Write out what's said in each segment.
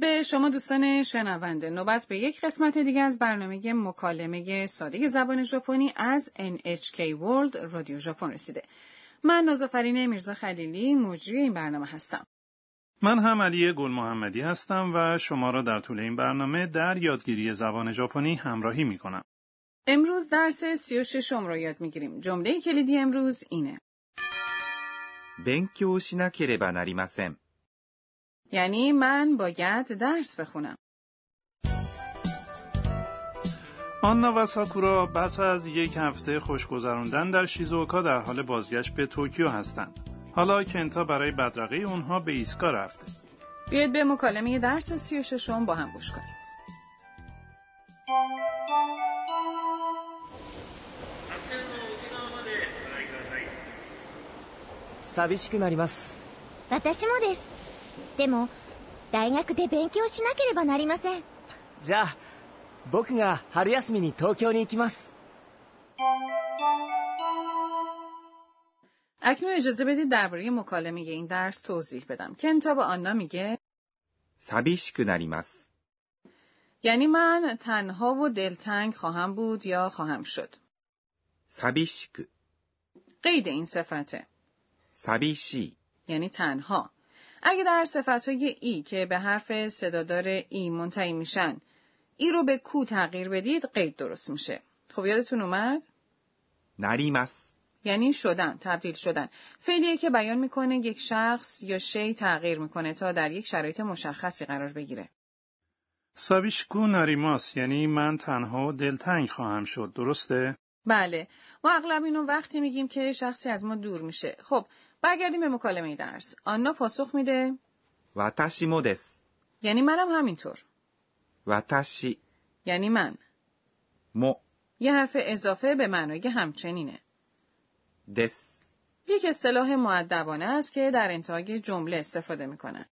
به شما دوستان شنونده نوبت به یک قسمت دیگه از برنامه مکالمه ساده زبان ژاپنی از NHK World رادیو ژاپن رسیده. من نازافرین میرزا خلیلی مجری این برنامه هستم. من هم علی گل محمدی هستم و شما را در طول این برنامه در یادگیری زبان ژاپنی همراهی می کنم. امروز درس 36 را یاد میگیریم. جمله کلیدی امروز اینه. 勉強しなければなりません。 یعنی من باید درس بخونم. آنا و ساکورا پس از یک هفته خوش گذراندن در شیزوکا در حال بازگشت به توکیو هستند. حالا کنتا برای بدرقه اونها به ایسکا رفته. بیاید به مکالمه درس 36 با هم گوش کنیم. 白線の内側までご覧ください寂しくなります私もですでも大学で勉強しなければなりませんじゃあ僕が春休みに東京に行きます اکنون اجازه بدید درباره مکالمه این درس توضیح بدم. کنتا به آنا میگه 寂しくなります。 یعنی من تنها و دلتنگ خواهم بود یا خواهم شد. 寂しく、 قید این صفته. 寂しい、 یعنی تنها اگه در صفت های ای که به حرف صدادار ای منتهی میشن ای رو به کو تغییر بدید قید درست میشه خب یادتون اومد なります。 یعنی شدن تبدیل شدن فعلیه که بیان میکنه یک شخص یا شی تغییر میکنه تا در یک شرایط مشخصی قرار بگیره سابیشکو ناریماس یعنی من تنها و دلتنگ خواهم شد درسته؟ بله ما اغلب اینو وقتی میگیم که شخصی از ما دور میشه خب برگردیم به مکالمه درس آنا پاسخ میده 私もです。 یعنی منم همینطur 私 یعنی من も یه حرف اضافه به معنای همچنینه です。 یک اصطلاح معدبانه است که در انتهای جمله استفاده میکنن.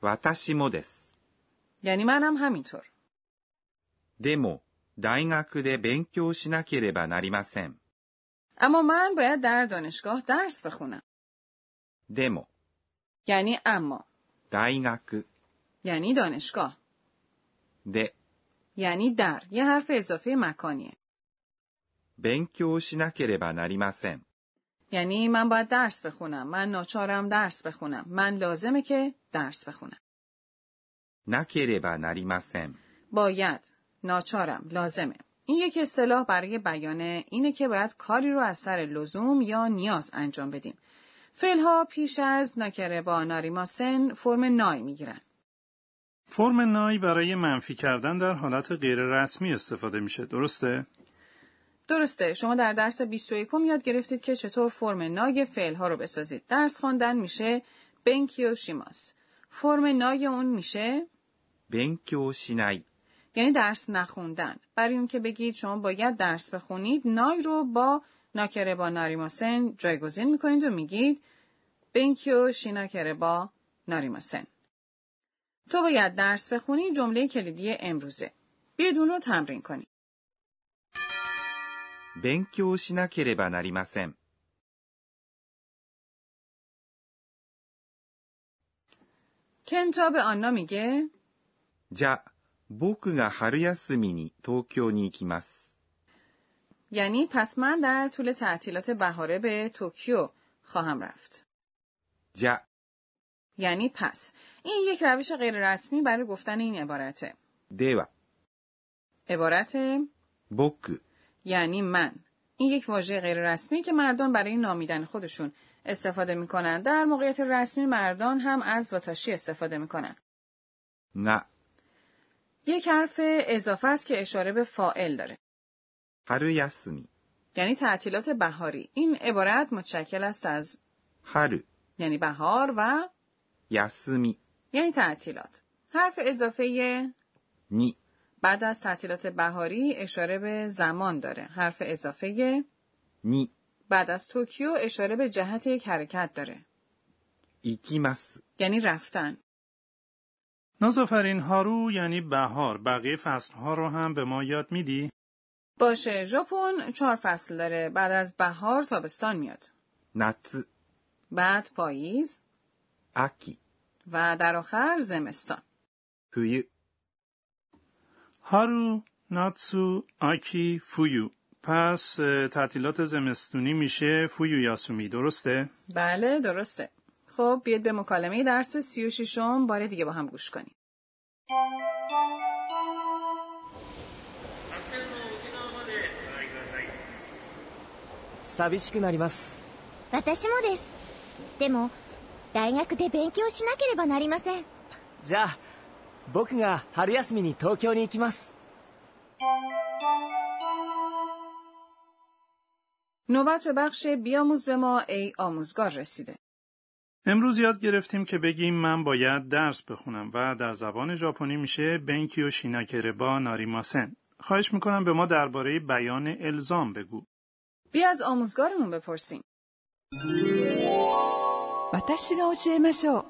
私もです。 یعنی منم همینطور. でも、大学で勉強しなければなりません。 اما من باید در دانشگاه درس بخونم. でも、 یعنی اما. 大学 یعنی دانشگاه. で یعنی در. یه حرف اضافه مکانیه. 勉強しなければなりません。 یعنی من باید درس بخونم. من ناچارم درس بخونم. من لازمه که درس بخونم. なければなりません。 باید. ناچارم. لازمه. این یک اصطلاح برای بیان اینه که باید کاری رو از سر لزوم یا نیاز انجام بدیم. فعلها پیش از ناکره با ناریماسن فرم نای میگیرن. فرم نای برای منفی کردن در حالت غیر رسمی استفاده میشه درسته؟ درسته شما در درس 21 یاد گرفتید که چطور فرم نای فعل ها رو بسازید درس خواندن میشه بنکیو شیماس فرم نای اون میشه 勉強しない、 یعنی درس نخوندن برای اون که بگید شما باید درس بخونید نای رو با ناکره با ناریماسن جایگزین میکنید و میگید بنکیو شیناکره با ناریماسن تو باید درس بخونی جمله کلیدی امروزه بیاید اون رو تمرین کنید 勉強しなければなりません。 کنتا به آنا میگه じゃあ、僕が春休みに東京に行きます。 یعنی پس من در طول تعطیلات بهاره به توکیو خواهم رفت. じゃあ、 یعنی پس این یک روش غیررسمی برای گفتن این عبارته. では、 عبارت 僕 یعنی من. این یک واژه غیررسمی که مردان برای نامیدن خودشون استفاده میکنن. در موقعیت رسمی مردان هم از واتاشی استفاده میکنن. が یک حرف اضافه است که اشاره به فائل داره. 春休み、 یعنی تعطیلات بهاری. این عبارت متشکل است از 春 یعنی بهار و 休み یعنی تعطیلات. حرف اضافه に بعد از تعطیلات بهاری اشاره به زمان داره. حرف اضافه に بعد از توکیو اشاره به جهت یک حرکت داره. 行きます。 یعنی رفتن. نازافرین هارو یعنی بهار بقیه فصلها رو هم به ما یاد میدی؟ باشه ژاپن چهار فصل داره. بعد از بهار تابستان میاد. 夏、 بعد پاییز 秋、 و در آخر زمستان. 冬、 هارو، ناتسو، آکی، فویو. پس اه، تعطیلات زمستونی میشه فویو یاسومی درسته؟ بله درسته. خب بیاید به مکالمه درس 36 م بار دیگه با هم گوش کنیم. 発線の内側までつないでください寂しくなります私もですでも大学で勉強しなければなりませんじゃあ僕が春休みに東京に行きます نوبت به بخش بیاموز به ما ای آموزگار رسیده. امروز یاد گرفتیم که بگیم من باید درس بخونم و در زبان ژاپنی میشه بنکی و شیناکربا ناریماسن. خواهش میکنم به ما درباره بیان الزام بگو. بیا از آموزگارمون بپرسیم. 私が教えましょう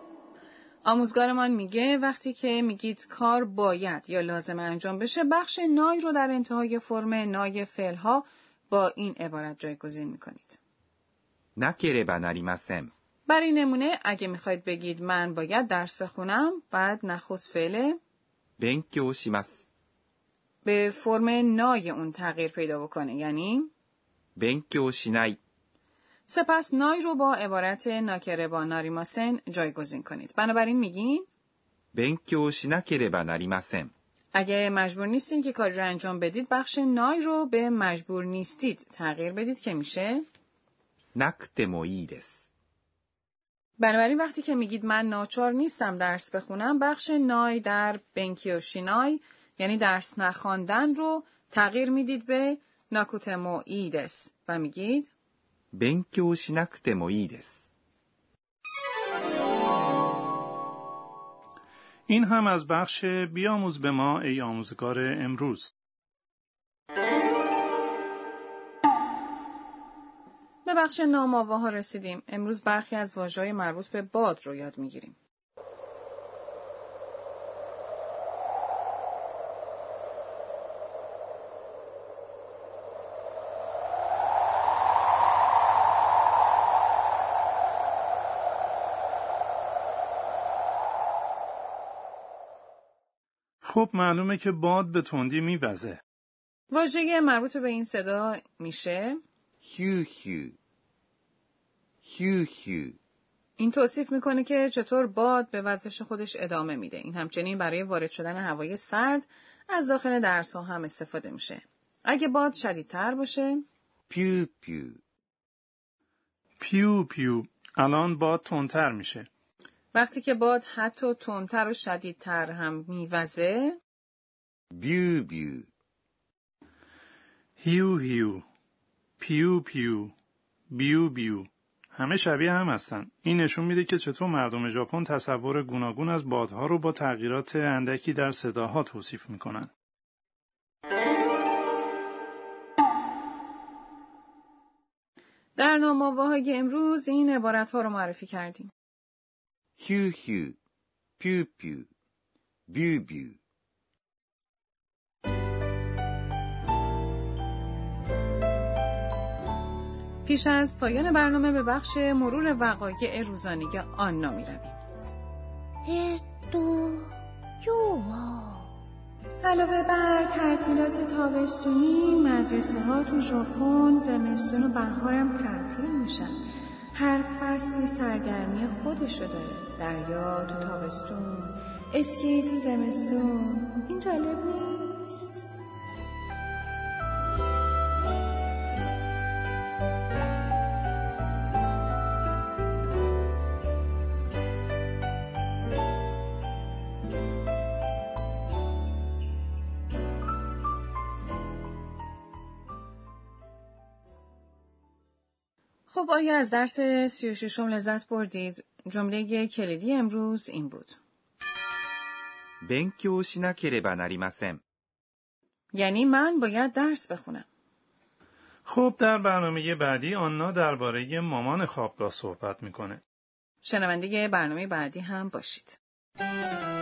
آموزگارمان میگه وقتی که میگید کار باید یا لازم انجام بشه بخش نای رو در انتهای فرم نای فعلها با این عبارت جایگزین میکنید. なければなりません。 برای نمونه اگه میخواید بگید من باید درس بخونم بعد نخست فعل 勉強します。 به فرم نای اون تغییر پیدا بکنه یعنی 勉強しない。 سپس نای رو با عبارت ناکره با ناریماسن جایگزین کنید. بنابراین میگین 勉強しなければなりません。 اگه مجبور نیستین که کاری رو انجام بدید بخش نای رو به مجبور نیستید تغییر بدید که میشه なくてもいいです。 بنابراین وقتی که میگید من ناچار نیستم درس بخونم بخش نای در بنکی و شینای یعنی درس نخواندن رو تغییر میدید به ناکوتمو ایدس و میگید 勉強しなくてもいいです。 این هم از بخش بیاموز به ما ای آموزگار امروز. به بخش نامآواها رسیدیم امروز برخی از واژه‌های مربوط به باد رو یاد میگیریم خب معلومه که باد به تندی میوزه. واژه مربوط به این صدا میشه ヒューヒュー。ヒューヒュー。 این توصیف میکنه که چطور باد به وزش خودش ادامه میده. این همچنین برای وارد شدن هوای سرد از داخل درس ها هم استفاده میشه. اگه باد شدیدتر باشه، ピューピュー。 پیو پیو. الان باد تندتر میشه. وقتی که باد حتی تندتر و شدیدتر هم میوزه، ビュービュー。 هیو هیو. پیو پیو. بیو بیو. همه شبیه هم هستن. این نشون میده که چطور مردم ژاپن تصور گوناگون از بادها رو با تغییرات اندکی در صداها توصیف میکنن. در نامآواهای امروز این عبارت ها رو معرفی کردیم. ヒューヒュー。ピューピュー。ビュービュー。 پیش از پایان برنامه به بخش مرور وقایع روزانه آنا میرویم. えーっと今日は علاوه بر تعطیلات تابستونی مدرسه ها تو ژاپن زمستون و بهارم تعطیل میشن هر فصلی سرگرمی خودشو داره دریا تو تابستون اسکی تو زمستون این جالب نیست خب آیا از درس 36 لذت بردید جمله کلیدی امروز این بود 勉強しなければなりません。 یعنی من باید درس بخونم خب در برنامه بعدی آنا درباره مامان خوابگاه صحبت میکنه. شنونده برنامه بعدی هم باشید